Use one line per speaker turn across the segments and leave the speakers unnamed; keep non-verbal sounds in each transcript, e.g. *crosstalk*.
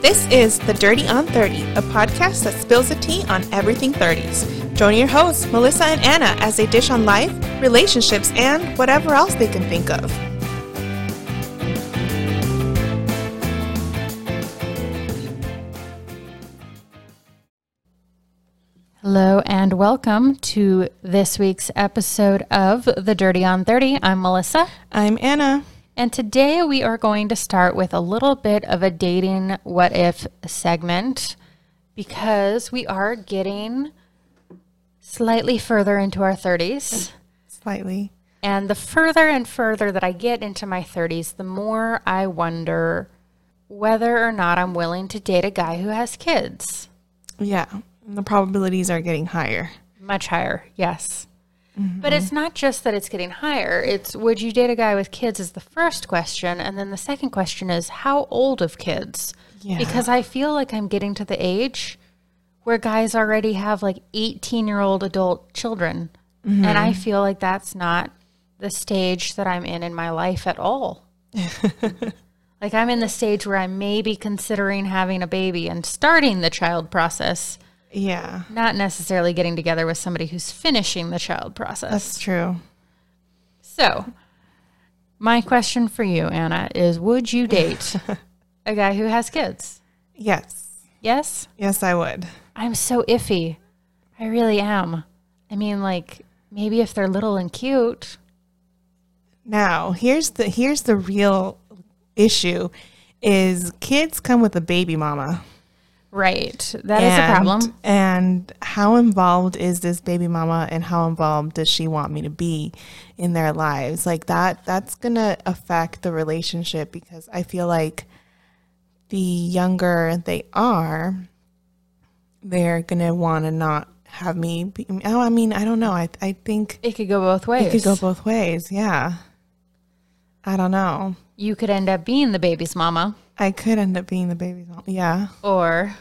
This is The Dirty on 30, a podcast that spills the tea on everything 30s. Join your hosts, Melissa and Anna, as they dish on life, relationships, and whatever else they can think of.
Hello and welcome to this week's episode of The Dirty on 30. I'm Melissa.
I'm Anna.
And today we are going to start with a little bit of a dating what if segment because we are getting slightly further into our 30s.
Slightly.
And the further and further that I get into my 30s, the more I wonder whether or not I'm willing to date a guy who has kids.
Yeah. The probabilities are getting higher.
Much higher, yes. But it's not just that it's getting higher. It's would you date a guy with kids is the first question. And then the second question is how old of kids?
Yeah.
Because I feel like I'm getting to the age where guys already have like 18 year old adult children. And I feel like that's not the stage that I'm in in my life at all. like I'm in the stage where I'm maybe considering having a baby and starting the child process
Yeah.
not necessarily getting together with somebody who's finishing the child process.
That's true.
So, my question for you, Anna, is would
*laughs*
you date a guy who has kids?
Yes.
Yes?
Yes, I would.
I'm so iffy. I really am. I mean, like, maybe if they're little and cute.
Now, here's the here's the real issue is kids come with a baby mama.
Right. That is a problem.
And how involved is this baby mama and how involved does she want me to be in their lives? Like that that's going to affect the relationship because I feel like the younger they are, they're going to want to not have me be, oh, I mean, I don't know. I I think
It could go both ways.
it could go both ways. Yeah. I don't know.
you could end up being the baby's mama
I could end up being the baby's mom. Yeah.
or.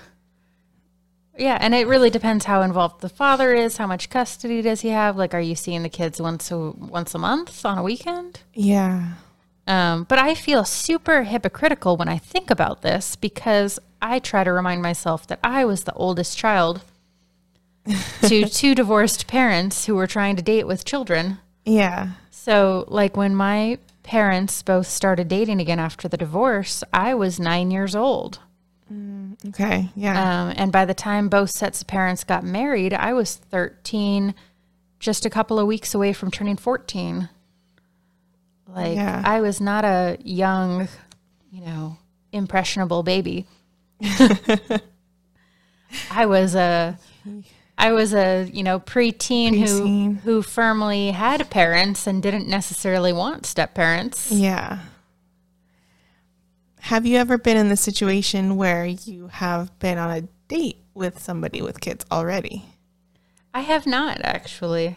Yeah, and it really depends how involved the father is, how much custody does he have? Like, are you seeing the kids once a once a month on a weekend?
Yeah.
Um, but I feel super hypocritical when I think about this because I try to remind myself that I was the oldest child to two divorced parents who were trying to date with children.
Yeah.
So, like when my parents both started dating again after the divorce, I was nine years old.
Okay. Yeah.
Um, and by the time both sets of parents got married, I was 13, just a couple of weeks away from turning 14. Like,
Yeah.
I was not a young, you know, impressionable baby.
*laughs*
I was a. I was a you know preteen, who
Preteen.
who firmly had parents and didn't necessarily want step parents.
Yeah. Have you ever been in the situation where you have been on a date with somebody with kids already?
I have not actually.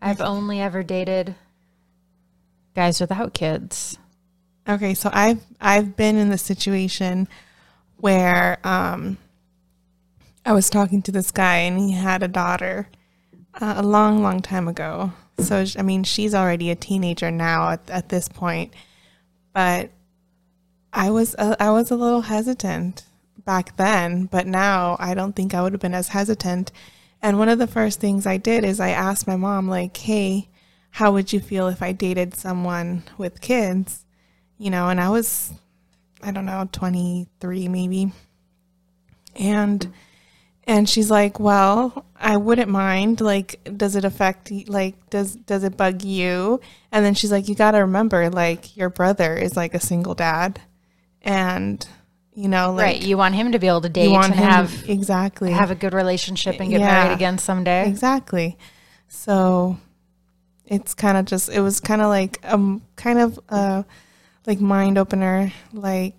I've only ever dated guys without kids.
Okay, so I've I've been in the situation where um, I was talking to this guy and he had a daughter uh, a long, long time ago. So sh- I mean, she's already a teenager now at, at this point, but I was uh, I was a little hesitant back then, but now I don't think I would have been as hesitant. And one of the first things I did is I asked my mom, like, "Hey, how would you feel if I dated someone with kids?" you know, and I was, I don't know, 23 maybe. And, and she's like, well, I wouldn't mind. Like, does it affect, y- like, does, does it bug you? And then she's like, you got to remember, like, your brother is like a single dad. And, you know, like,
right. You want him to be able to date
you want
and
him
have
exactly,
have a good relationship and get
Yeah.
married again someday.
exactly. So it's kind of just, it was kind of like, um, kind of, uh, like mind opener, like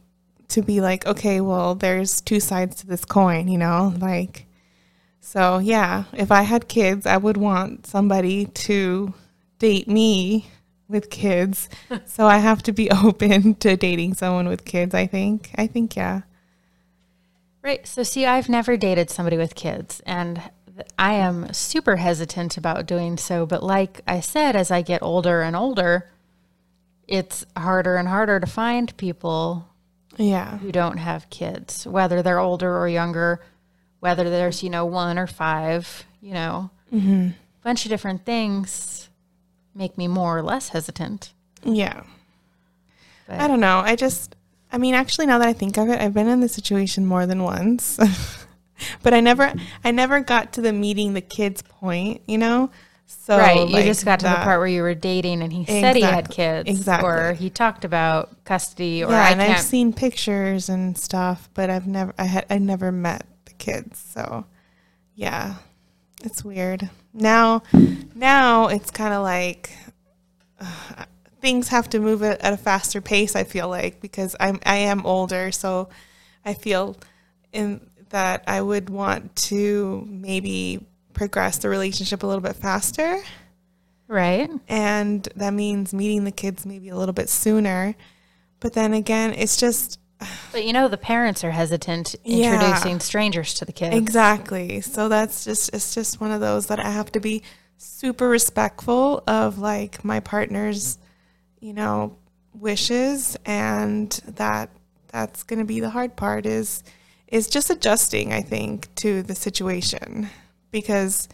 to be like, okay, well, there's two sides to this coin, you know, like. So yeah, if I had kids, I would want somebody to date me with kids. so I have to be *laughs* open to dating someone with kids. I think. I think yeah.
Right. So see, I've never dated somebody with kids and th- I am super hesitant about doing so, but like I said as I get older and older, it's harder and harder to find people
Yeah.
who don't have kids, whether they're older or younger, whether there's, you know, one or five, you know, a
Mm-hmm.
bunch of different things make me more or less hesitant.
Yeah.
But-
I don't know. I just, I mean, actually, now that I think of it, I've been in this situation more than once, *laughs* but I never, I never got to the meeting the kids point, you know. So
right. You
like,
just got to the
that-
part where you were dating and he said he had
Exactly.
kids. Or
Exactly.
he talked about custody or
Yeah,
I
and I've
can't.
seen pictures and stuff, but I've never, I had, I never met the kids. So, yeah, it's weird. Now, now it's kind of like *sighs* uh, things have to move at, at a faster pace. I feel like because I'm, I am older, so I feel in that I would want to maybe progress the relationship a little bit faster
right.
and that means meeting the kids maybe a little bit sooner. But then again, it's just
But you know, the parents are hesitant
Yeah.
introducing strangers to the kids.
exactly. So that's just it's just one of those that I have to be super respectful of like my partner's, you know, wishes and that that's going to be the hard part is is just adjusting, I think, to the situation because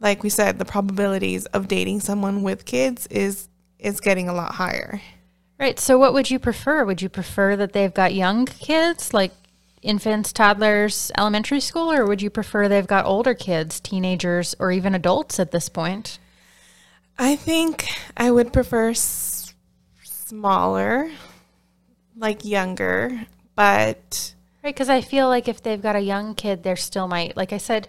like we said, the probabilities of dating someone with kids is is getting a lot higher.
Right. So, what would you prefer? Would you prefer that they've got young kids, like infants, toddlers, elementary school, or would you prefer they've got older kids, teenagers, or even adults at this point?
I think I would prefer s- smaller, like younger, but
Right. Because I feel like if they've got a young kid, they're still might, like I said,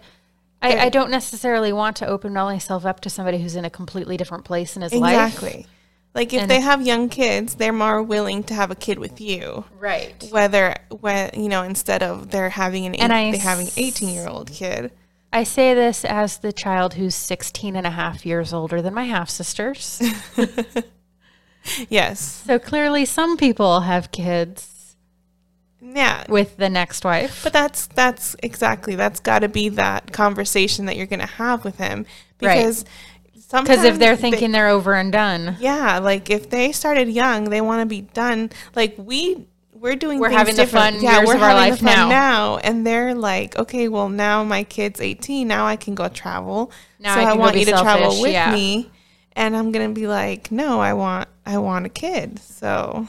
I, I don't necessarily want to open myself up to somebody who's in a completely different place in his life.
exactly. Like if
And-
they have young kids, they're more willing to have a kid with you.
Right.
Whether when you know instead of they're having an
And I
eight, they having
s-
eighteen year old kid.
I say this as the child who's 16 and a half years older than my half sisters.
Yes,
so, clearly, some people have kids
yeah.
with the next wife.
But that's that's exactly that's got to be that conversation that you're going to have with him
Right.
because sometimes
Because if they're
they-
thinking they, are over and done,
Yeah, like if they started young, they want to be done. Like we we're doing
We're
things
having the
different.
fun years of our life now.
and they're like, okay, well now my kid's eighteen. Now I can go travel.
Now
so
I
I,
can go
want
be
you to travel
selfish,
with
yeah.
me, and I'm gonna be like, no, I want I want a kid. So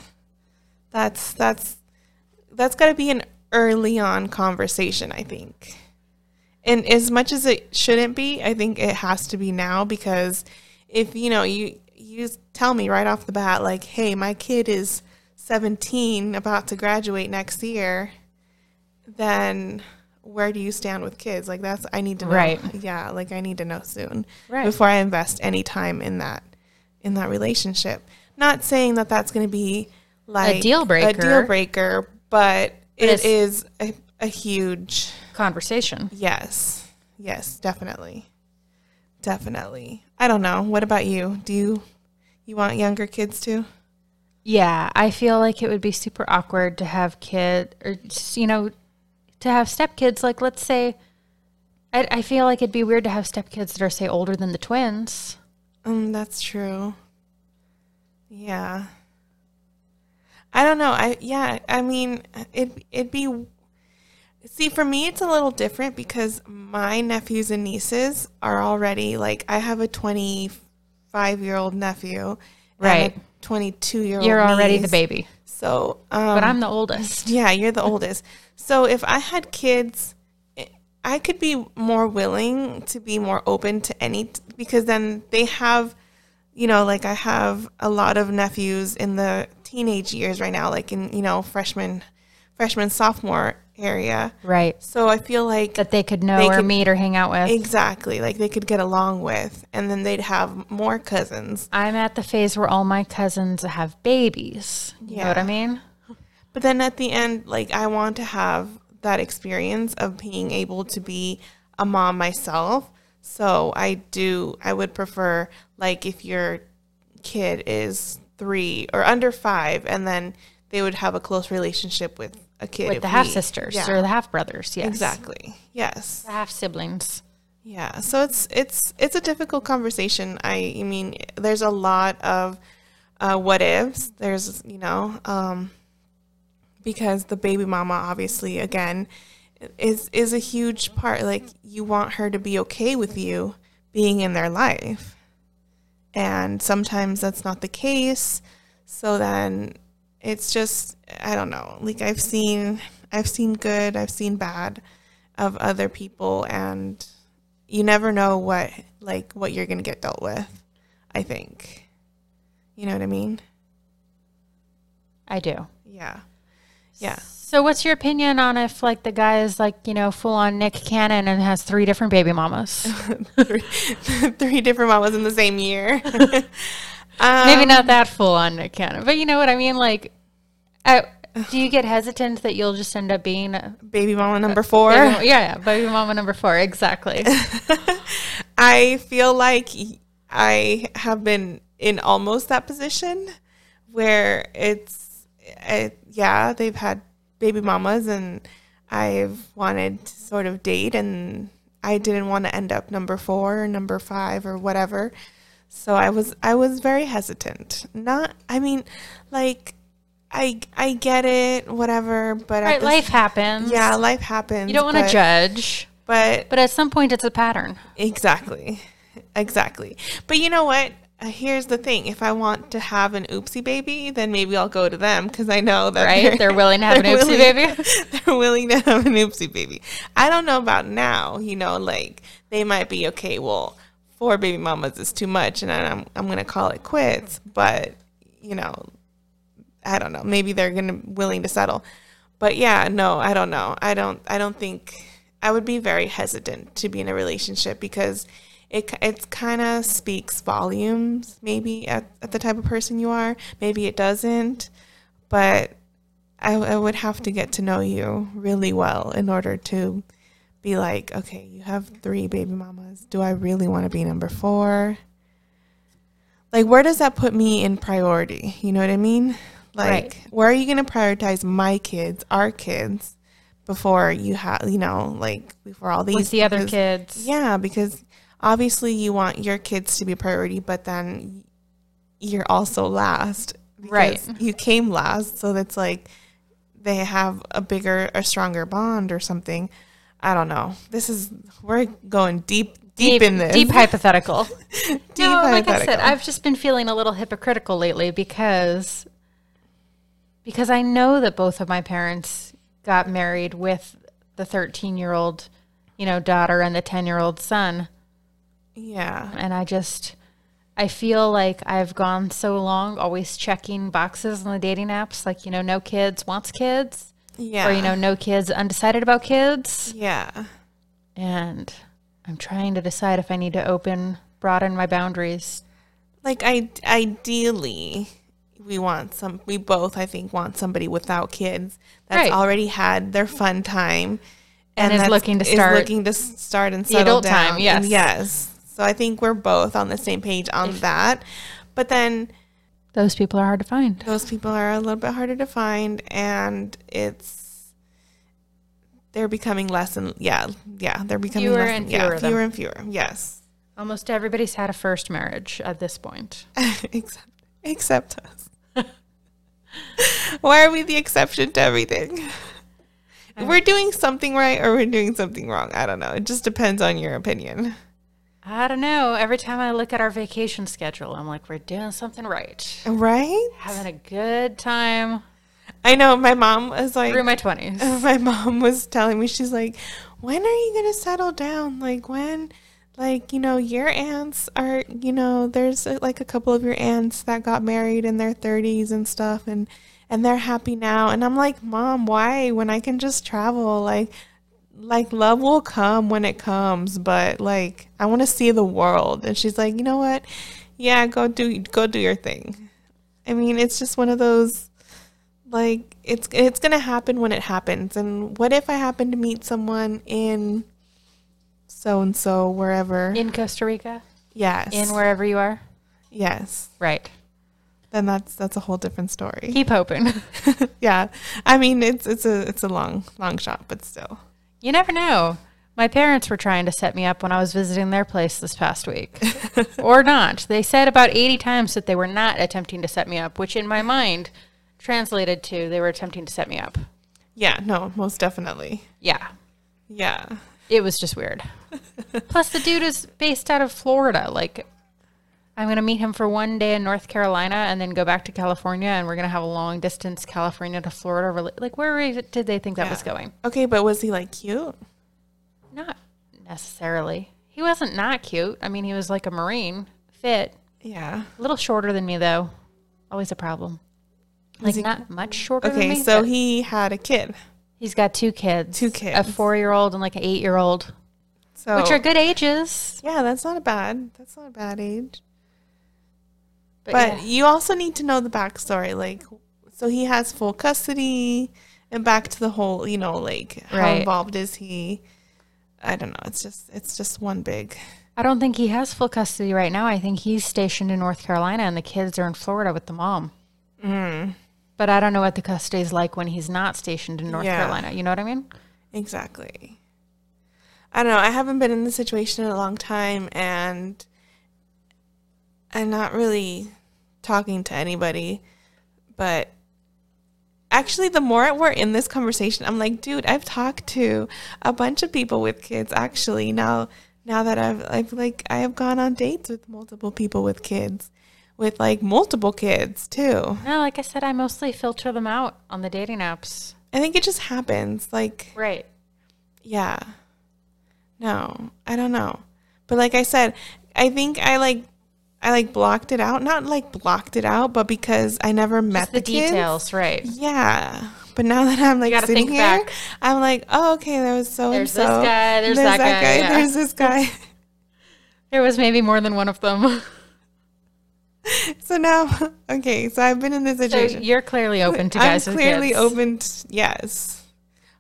that's that's that's got to be an early on conversation, I think. And as much as it shouldn't be, I think it has to be now because if you know you you just tell me right off the bat like, "Hey, my kid is 17, about to graduate next year," then where do you stand with kids? Like that's I need to know.
Right.
Yeah, like I need to know soon
Right.
before I invest any time in that in that relationship. Not saying that that's going to be like
deal
a
breaker.
deal breaker, but,
it's-
it is a, a huge
conversation.
yes, yes, definitely, definitely. I don't know. What about you? Do you you want younger kids too?
Yeah, I feel like it would be super awkward to have kid or just, you know, to have stepkids. Like, let's say, I, I feel like it'd be weird to have stepkids that are say older than the twins.
Um, that's true. Yeah. I don't know. I yeah. I mean, it it'd be. See, for me, it's a little different because my nephews and nieces are already like I have a twenty-five-year-old nephew,
Right.
Twenty-two-year-old.
You're already the baby,
So, um,
but I'm the *laughs* oldest.
yeah, you're the oldest. So if I had kids, I could be more willing to be more open to any because then they have, you know, like I have a lot of nephews in the teenage years right now, like in you know freshman, freshman sophomore area.
Right.
So I feel like
That they could know
They
or
could-
meet or hang out with.
exactly like they could get along with, and then they'd have more cousins.
I'm at the phase where all my cousins have babies. You know what I
Yeah.
mean?
But then at the end, like I want to have that experience of being able to be a mom myself. So I do, I would prefer, like, if your kid is three or under five, and then they would have a close relationship with a kid.
With
if
the
we-
half sisters
Yeah,
or the half brothers. Yes.
exactly. Yes.
The half siblings.
Yeah, so it's it's it's a difficult conversation. I, I mean, there's a lot of uh, what ifs. There's you know, um, because the baby mama obviously again is is a huge part like you want her to be okay with you being in their life. And sometimes that's not the case. So then it's just I don't know. Like I've seen I've seen good, I've seen bad of other people and you never know what like what you're going to get dealt with. I think. You know what I mean?
I do.
Yeah. Yeah.
So what's your opinion on if like the guy is like, you know, full on Nick Cannon and has three different baby mamas?
*laughs* three, *laughs* three different mamas in the same year.
*laughs*
Um,
Maybe not that full on Nick Cannon, but you know what I mean? Like I, do you get hesitant that you'll just end up being a
Baby mama number four.
baby, yeah, yeah, baby mama number 4 *laughs* exactly.
I feel like I have been in almost that position where it's, it, yeah, they've had baby mamas and I've wanted to sort of date and I didn't want to end up number four or number five or whatever. So I was, I was very hesitant. Not, I mean, like, I, I get it, whatever, but at
Right,
the-
life happens.
yeah, life happens.
You don't want to
but-
judge,
but
but at some point it's a pattern.
Exactly. Exactly. But you know what? Uh, Here's the thing. If I want to have an oopsie baby, then maybe I'll go to them because I know that
Right?
*laughs*
They're willing to have an
they're
oopsie
willing-
baby.
*laughs* They're willing to have an oopsie baby. I don't know about now. You know, like they might be okay. Well, four baby mamas is too much, and I'm I'm gonna call it quits. But you know, I don't know. Maybe they're gonna willing to settle. But yeah, no, I don't know. I don't. I don't think I would be very hesitant to be in a relationship because it it kind of speaks volumes. Maybe at, at the type of person you are. Maybe it doesn't. But I, I would have to get to know you really well in order to be like, okay, you have three baby mamas. Do I really want to be number four? Like, where does that put me in priority? You know what I mean? Like,
Right.
where are you going to prioritize my kids, our kids, before you have, you know, like before all these
With the other
because-
kids.
Yeah, because obviously you want your kids to be priority, but then you're also last.
Right.
because You came last, so that's like they have a bigger, a stronger bond or something. I don't know. This is we're going deep, deep, in this.
Deep hypothetical.
*laughs* Deep
no, like I said,
hypothetical.
I've just been feeling a little hypocritical lately because because I know that both of my parents got married with the 13-year-old, you know, daughter and the 10-year-old son,
yeah,
and I just I feel like I've gone so long always checking boxes on the dating apps like, you know, no kids, wants kids,
yeah,
or you know, no kids, undecided about kids,
yeah.
and I'm trying to decide if I need to open broaden my boundaries
Like I, ideally, we want some. We both, I think, want somebody without kids that's
Right.
already had their fun time
And is
that's-
looking to start-
looking to s- start and settle
adult
down.
time, yes.
yes. So I think we're both on the same page on that. But then
Those people are hard to find.
those people are a little bit harder to find and it's they're becoming less and yeah yeah they're becoming
Fewer
less
and
yeah,
fewer of them.
fewer and fewer yes
Almost everybody's had a first marriage at this point.
*laughs* except except us why are we the exception to everything we're doing something right or we're doing something wrong i don't know it just depends on your opinion
I don't know. Every time I look at our vacation schedule, I'm like, we're doing something right.
right
Having a good time
i know my mom was like
through my
*laughs*
20s.
my mom was telling me she's like when are you gonna settle down like when like you know your aunts are you know there's uh, like a couple of your aunts that got married in their 30s and stuff and and they're happy now and i'm like mom why when i can just travel like like love will come when it comes but like i want to see the world and she's like you know what yeah go do go do your thing i mean it's just one of those like it's it's gonna happen when it happens and what if i happen to meet someone in so and so wherever
*laughs* In Costa Rica,
yes
in wherever you are.
yes
Right.
then that's that's a whole different
*laughs*
story *laughs*
Keep hoping.
yeah i mean it's it's a it's a long long shot but still
you never know. My parents were trying to set me up when I was visiting their place this past *laughs* week. or not. They said about 80 times that they were not attempting to set me up, which in my mind Translated to, they were attempting to set me up.
Yeah, no, most definitely.
Yeah.
Yeah.
It was
*laughs*
just weird. Plus, the dude is based out of Florida. Like, I'm going to meet him for one day in North Carolina and then go back to California, and we're going to have a long distance California to Florida. rela- Like, where is it- did they think that was
Yeah.
going?
Okay, but was he like cute?
Not necessarily. He wasn't not cute. I mean, he was like a Marine, fit,
Yeah.
a little shorter than me, though. Always a problem. Like, not much shorter than
Okay,
me.
so
but
he had a kid.
he's got two kids
Two
a
kids. Oh.
four year old and like an eight year old,
So
which are good ages.
Yeah, that's not a bad. That's not a bad age.
But,
But
yeah.
you also need to know the backstory. Like, so he has full custody, and back to the whole, you know, like how
Right.
involved is he? I don't know. It's just, it's just one big.
I don't think he has full custody right now. I think he's stationed in North Carolina and the kids are in Florida with the mom. Mm.
Mm-hmm.
But I don't know what the custody is like when he's not stationed in North
Yeah.
Carolina. You know what I mean?
Exactly. I don't know. I haven't been in this situation in a long time, and I'm not really talking to anybody. But actually, the more we're in this conversation, I'm like, dude, I've talked to a bunch of people with kids. Actually, now now that I've I've like I have gone on dates with multiple people with kids, with like multiple kids too.
No, like I said, I mostly filter them out on the dating apps.
I think it just happens. Like
Right.
Yeah. No, I don't know. But like I said, I think I like I like blocked it out. Not like blocked it out, but because I never met
That's the,
kids.
details, right?
Yeah. But now that I'm like
gotta
sitting
think
here,
back.
I'm like, oh, okay, there was so
There's
and
this
so.
guy, there's that guy, yeah.
There's this guy. *laughs*
There was maybe more than one of them. *laughs*
so now, *laughs* okay, so I've been in this
so
situation.
you're clearly open to guys.
I'm
with
clearly
kids.
open. t- yes,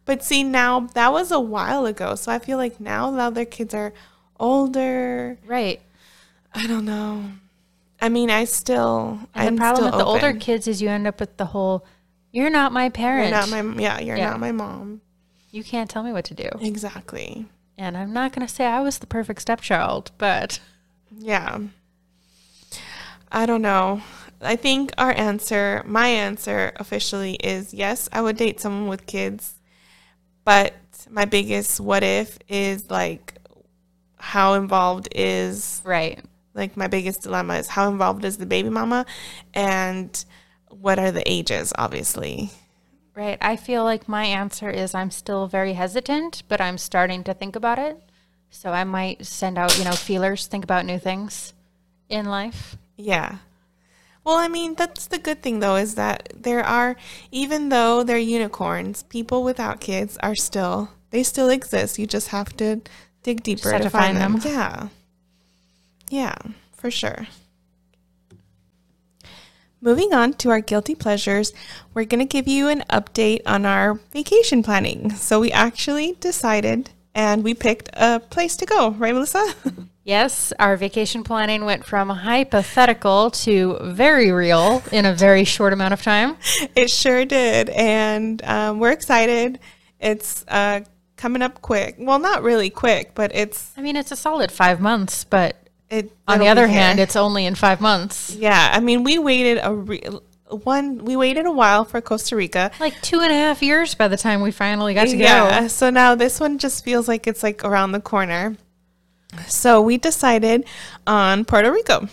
but see now that was a while ago, so I feel like now now their kids are older.
Right.
I don't know. I mean, I still.
And
I'm
the problem
still
with the older
open.
kids is you end up with the whole, you're not my
You're
parent.
not my yeah. You're
Yeah.
not my mom.
you can't tell me what to do.
Exactly.
And I'm not going to say I was the perfect stepchild, but
Yeah. I don't know. I think our answer, my answer officially is yes, I would date someone with kids. But my biggest what if is like how involved is
right.
like my biggest dilemma is how involved is the baby mama and what are the ages obviously
Right. I feel like my answer is I'm still very hesitant, but I'm starting to think about it. So I might send out, you know, feelers, think about new things in life.
yeah well i mean that's the good thing though is that there are even though they're unicorns people without kids are still they still exist you just have to dig deeper
have
to,
to
find,
find
them. yeah yeah for sure Moving on to our guilty pleasures, we're going to give you an update on our vacation planning. So, we actually decided and we picked a place to go, right, Melissa? *laughs*
Yes, our vacation planning went from hypothetical to very real in a very short amount of time.
it sure did. And um, we're excited. It's uh, coming up quick. Well, not really quick, but it's.
I mean, it's a solid five months, but
It,
on
it'll
the
be
other
here.
hand, it's only in five months.
Yeah, I mean, we waited a re- one. We waited a while for Costa Rica.
Like two and a half years by the time we finally got to go.
Yeah. So now this one just feels like it's like around the corner. So we decided on Puerto Rico.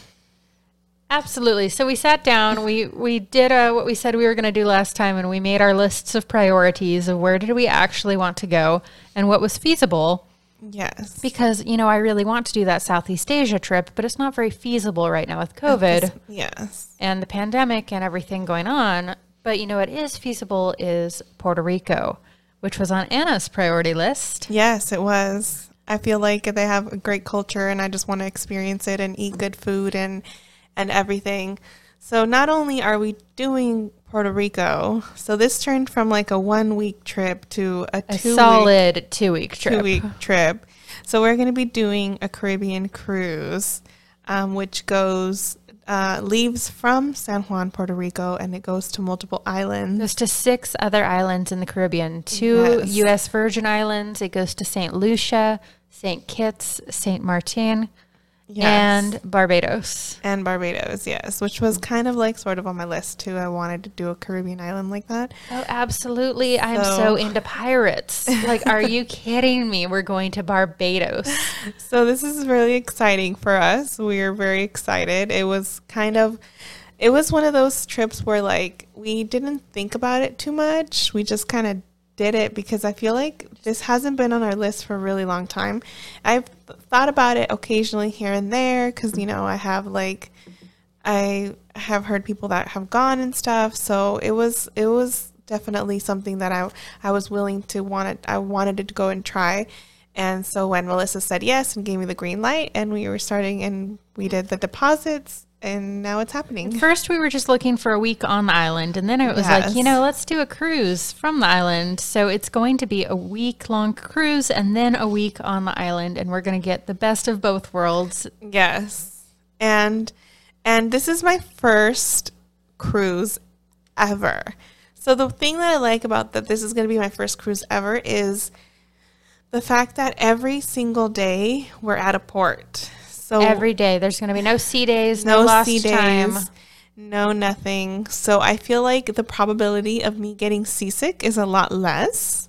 Absolutely. So we sat down. We we did uh, what we said we were going to do last time, and we made our lists of priorities of where did we actually want to go and what was feasible.
Yes.
Because you know, I really want to do that Southeast Asia trip, but it's not very feasible right now with COVID
Yes.
and the pandemic and everything going on. But you know, what is feasible is Puerto Rico, which was on Anna's priority list.
Yes, it was. I feel like they have a great culture and I just want to experience it and eat good food and and everything. So not only are we doing Puerto Rico, so this turned from like a one week trip to a,
A
two
solid two week trip.
two week trip. So we're going to be doing a Caribbean cruise, um, which goes uh, leaves from San Juan, Puerto Rico, and it goes to multiple islands.
goes to six other islands in the Caribbean, two
Yes.
U.S. Virgin Islands. It goes to St. Lucia, St. Kitts, St. Martin,
Yes.
and Barbados.
and Barbados, yes, which was kind of like sort of on my list too. I wanted to do a Caribbean island like that.
Oh, absolutely. I'm so
So-
into pirates. Like,
*laughs*
are you kidding me? We're going to Barbados.
So this is really exciting for us. We are very excited. It was kind of it was one of those trips where like we didn't think about it too much. We just kind of did it because I feel like this hasn't been on our list for a really long time. I've thought about it occasionally here and there cuz you know, I have like I have heard people that have gone and stuff. So it was it was definitely something that I I was willing to want it, I wanted to go and try. And so when Melissa said yes and gave me the green light and we were starting and we did the deposits and now it's happening.
First, we were just looking for a week on the island, and then it was like,
Yes.
you know, let's do a cruise from the island. So it's going to be a week long cruise and then a week on the island, and we're going to get the best of both worlds.
Yes. And and this is my first cruise ever. So the thing that I like about that this is going to be my first cruise ever is the fact that every single day we're at a port. So
Every day, there's going to be no sea days, no,
no
lost
sea days,
time.
no nothing. So I feel like the probability of me getting seasick is a lot less.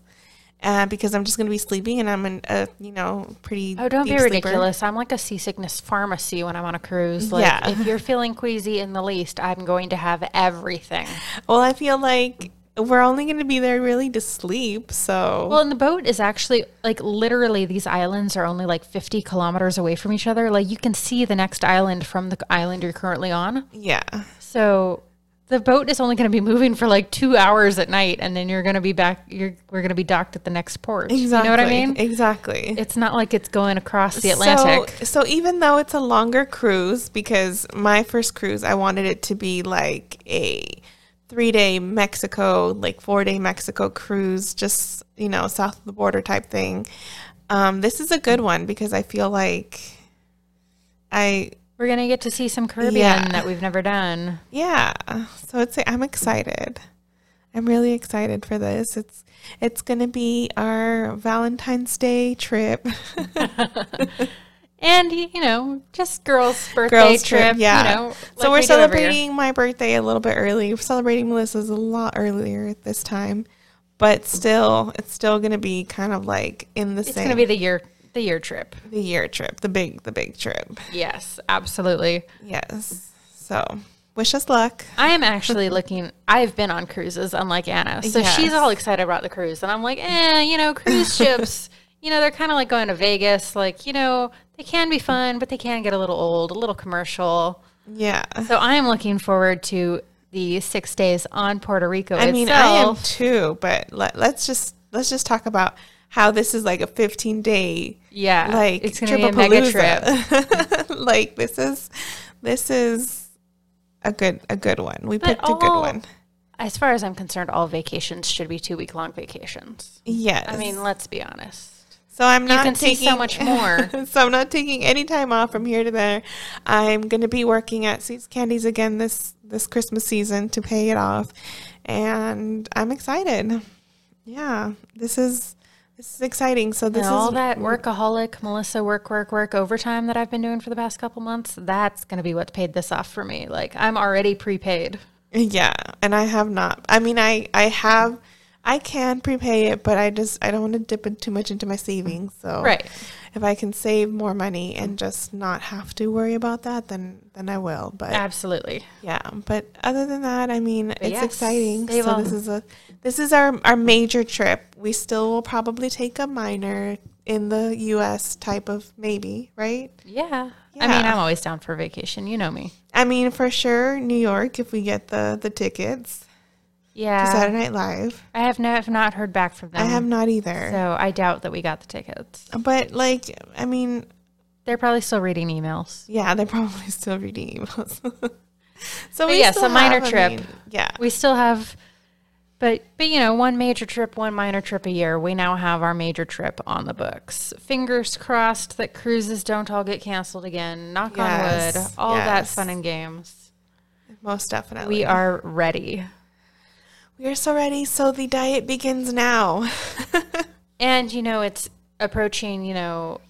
Uh, because I'm just going to be sleeping and I'm in a, you know, pretty.
Oh, don't be
deep sleeper.
ridiculous. I'm like a seasickness pharmacy when I'm on a cruise. Like,
Yeah.
if you're feeling queasy in the least, I'm going to have everything.
Well, I feel like we're only going to be there really to sleep. So,
Well, and the boat is actually like literally these islands are only like 50 kilometers away from each other. Like you can see the next island from the island you're currently on.
yeah.
So the boat is only going to be moving for like two hours at night, and then you're going to be back. You're we're going to be docked at the next port. You know what I mean?
Exactly.
It's not like it's going across the Atlantic.
So, so even though it's a longer cruise, because my first cruise, I wanted it to be like a three day Mexico, like four day Mexico cruise, just, you know, south of the border type thing. Um, this is a good one because I feel like I,
we're going to get to see some Caribbean
Yeah.
that we've never done.
yeah. So it's, I'm excited. I'm really excited for this. It's, it's going to be our Valentine's Day
*laughs*
trip.
And y- you know,
*laughs*
just girls' birthday
girls
trip.
trip, yeah.
You know, like
so we're
we do every year.
celebrating my birthday a little bit early. We're celebrating Melissa's a lot earlier at this time, but still, it's still going to be kind of like in the
It's
same
going to be the year the year trip.
the year trip, the big the big trip.
Yes, absolutely.
Yes. So wish us luck.
I am actually looking. I've been on cruises, unlike Anna, so
Yes.
she's all excited about the cruise, and I'm like, eh, you
*laughs*
know, cruise ships. You know, they're kind of like going to Vegas. Like, you know, they can be fun, but they can get a little old, a little commercial.
Yeah.
So I am looking forward to the six days on Puerto Rico
I
itself.
mean, I am too, but let, let's just let's just talk about how this is like a 15 day
yeah,
like
Uh, it's going to be a mega trip.
Tripapalooza. *laughs* like this is this is a good a good one. We
But
picked a good
all-
one.
As far as I'm concerned, all vacations should be two week long vacations.
Yes.
I mean, let's be honest.
so I'm not
You can see
taking
so
*laughs*
much more.
so I'm not taking any time off from here to there. I'm going to be working at Sweets Candies again this this Christmas season to pay it off, and I'm excited. Yeah, this is this is exciting. So this
and all
is
that workaholic Melissa work work work overtime that I've been doing for the past couple months, that's going to be what paid this off for me. Like I'm already prepaid.
Yeah, and I have not. I mean, I I have, I can prepay it, but I just I don't want to dip in too much into my savings. So
Right.
if I can save more money and just not have to worry about that, then then I will. But
Absolutely.
yeah, but other than that, I mean, it's
yes,
exciting.
they
So
will.
this is a this is our our major trip. We still will probably take a minor in the U.S. type of maybe right.
Yeah. I mean,
Yeah.
I'm always down for vacation. You know me.
I mean, for sure, New York if we get the the tickets.
Yeah.
Saturday Night Live.
I have no, have not heard back from them.
I have not either.
so I doubt that we got the tickets.
But like, I mean,
They're probably still reading emails.
yeah, they're probably still reading emails. *laughs* so
yes, a minor
I
trip.
mean, yeah,
We still have, but but you know, one major trip, one minor trip a year. We now have our major trip on the books. Fingers crossed that cruises don't all get canceled again. Knock on wood.
Yes,
All that
yes.
fun and games.
most definitely.
We are ready.
we are so ready. So the diet begins now. *laughs*
And you know, it's approaching. You know,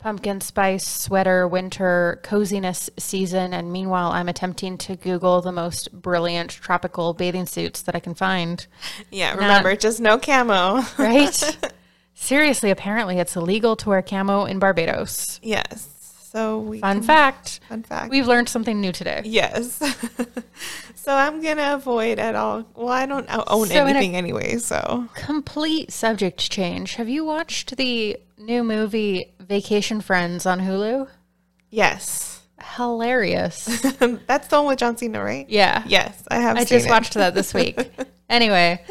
pumpkin spice sweater winter coziness season and meanwhile i'm attempting to google the most brilliant tropical bathing suits that i can find
Yeah, remember, just no camo. *laughs*
right seriously apparently it's illegal to wear camo in barbados
yes. So we
fun fact
fun fact.
we've learned something new today
yes. *laughs* so I'm gonna avoid at all. Well, I don't o- own
So in a-
anything anyway, so
complete subject change have you watched the new movie vacation friends on hulu
yes. *laughs*
hilarious
That's the one with John Cena, right?
yeah
Yes, I have.
i
seen
just
it.
watched that this week
*laughs*
anyway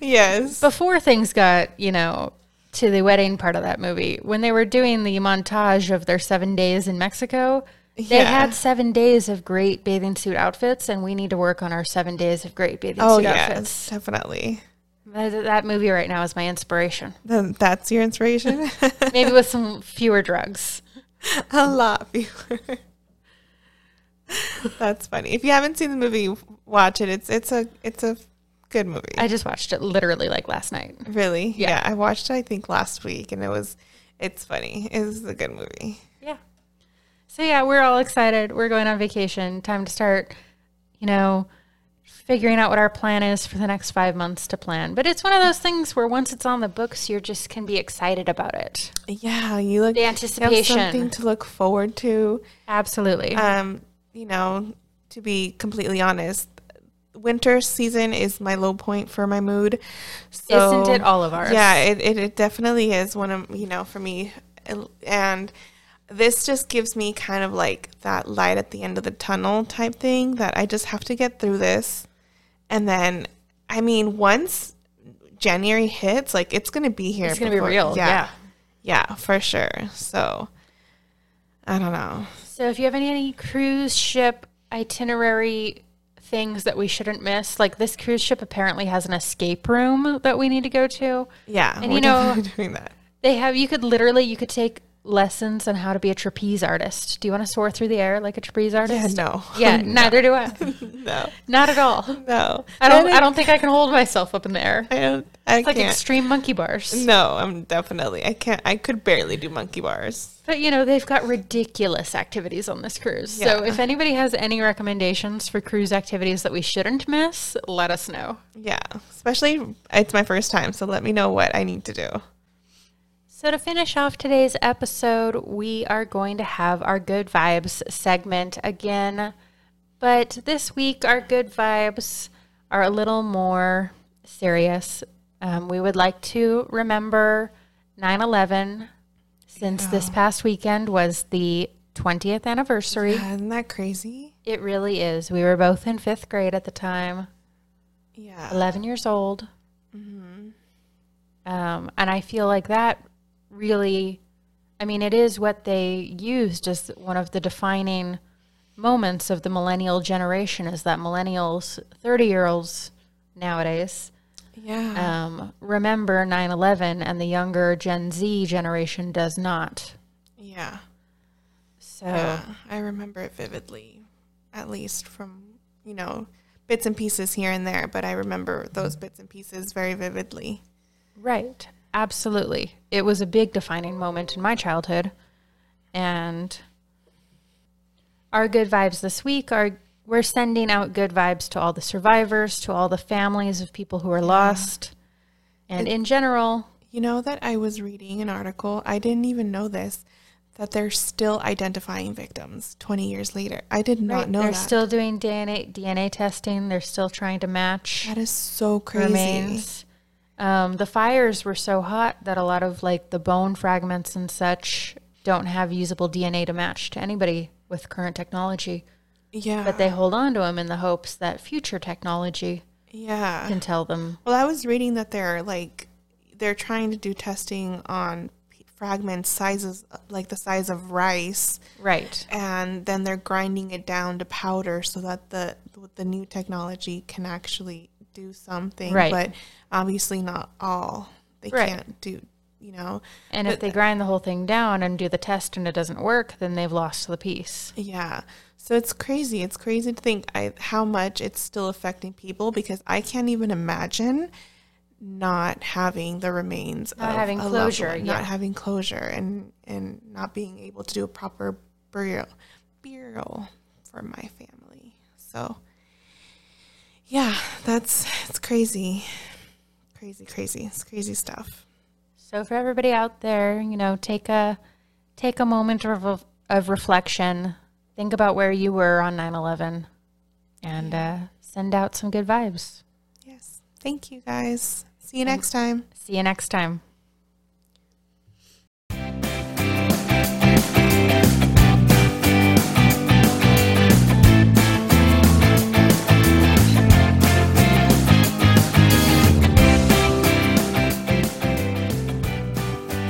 Yes.
before things got, you know, to the wedding part of that movie, when they were doing the montage of their seven days in Mexico, they
Yeah.
had seven days of great bathing suit outfits, and we need to work on our seven days of great bathing
Oh
suit
yes,
outfits.
definitely.
That, that movie right now is my inspiration.
Then that's your inspiration. *laughs*
Maybe with some fewer drugs.
a lot *laughs* fewer. That's funny. If you haven't seen the movie, watch it. It's it's a it's a good movie.
I just watched it literally like last night.
really? Yeah. I watched it I think last week and it was it's funny. It's a good movie.
Yeah. So yeah, we're all excited. We're going on vacation. Time to start, you know, figuring out what our plan is for the next five months to plan. But it's one of those things where once it's on the books, you just can be excited about it.
Yeah, you look
The
you have
anticipation.
something to look forward to.
Absolutely.
Um, you know, to be completely honest, winter season is my low point for my mood. So,
Isn't it all of ours?
Yeah, it, it, it definitely is one of you know for me, and this just gives me kind of like that light at the end of the tunnel type thing that I just have to get through this, and then I mean once January hits, like it's gonna be here.
It's gonna be real, yeah.
yeah, for sure. So I don't know.
So if you have any, any cruise ship itinerary things that we shouldn't miss, like this cruise ship apparently has an escape room that we need to go to.
Yeah,
And
we're
you know-
definitely *laughs* doing that.
They have you could literally you could take lessons on how to be a trapeze artist. Do you want to soar through the air like a trapeze
Yeah,
artist?
Oh, no, *laughs*
Yeah, neither do I.
no,
Not at all.
no.
I don't I don't think I can hold myself up in the air.
I don't. I
It's like
can't. Mm.
extreme monkey bars.
no, I'm definitely. I can't. I could barely do monkey bars.
But you know, they've got ridiculous activities on this cruise. So
Yeah.
if anybody has any recommendations for cruise activities that we shouldn't miss, let us know.
Yeah, especially it's my first time, so let me know what I need to do.
So, to finish off today's episode, we are going to have our good vibes segment again. But this week, our good vibes are a little more serious. Um, we would like to remember 9 11, since this past weekend was the 20th anniversary.
Isn't that crazy?
It really is. We were both in fifth grade at the time.
Yeah.
11 years old. Um, and I feel like that really, I mean, it is what they used as one of the defining moments of the millennial generation is that millennials, 30 year olds nowadays,
Yeah.
um, remember 9 11 and the younger Gen Z generation does not.
yeah.
So,
Yeah. I remember it vividly, at least from, you know, bits and pieces here and there, but I remember those bits and pieces very vividly.
Right. Absolutely. It was a big defining moment in my childhood. And our good vibes this week are we're sending out good vibes to all the survivors, to all the families of people who are lost, and in general.
You know that I was reading an article, I didn't even know this, that they're still identifying victims 20 years later. I did not know
they're
that.
still doing DNA DNA testing. They're still trying to match
that is so crazy.
remains. Um, the fires were so hot that a lot of like the bone fragments and such don't have usable DNA to match to anybody with current technology.
Yeah.
but they hold on to them in the hopes that future technology
yeah.
can tell them.
Well, I was reading that they're like they're trying to do testing on p- fragments sizes like the size of rice
Right.
and then they're grinding it down to powder so that the with the new technology can actually do something
Right.
but obviously not all they
Right.
can't do you know
And if they grind the whole thing down and do the test and it doesn't work, then they've lost the piece.
Yeah. So it's crazy. It's crazy to think I, how much it's still affecting people because I can't even imagine not having the remains
Not
of
having
a loved
closure,
one,
yeah.
not having closure and and not being able to do a proper burial burial for my family so yeah that's it's crazy crazy crazy it's crazy stuff
So for everybody out there, you know, take a take a moment of of reflection. Think about where you were on 9/11 and uh, send out some good vibes.
yes thank you guys see you next time
See you next time.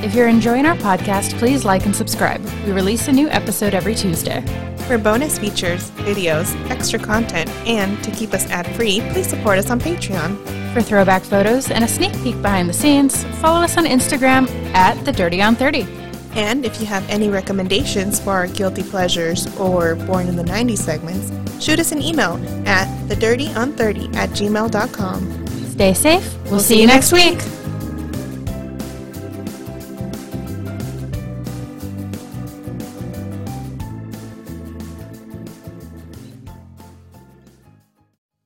If you're enjoying our podcast, please like and subscribe. We release a new episode every Tuesday.
For bonus features, videos, extra content, and to keep us ad free, please support us on Patreon.
For throwback photos and a sneak peek behind the scenes, follow us on Instagram at the Dirty on 30.
And if you have any recommendations for our Guilty Pleasures or Born in the 90s segments, shoot us an email at thedirtyon30 at gmail.com.
Stay safe. We'll, see you next week.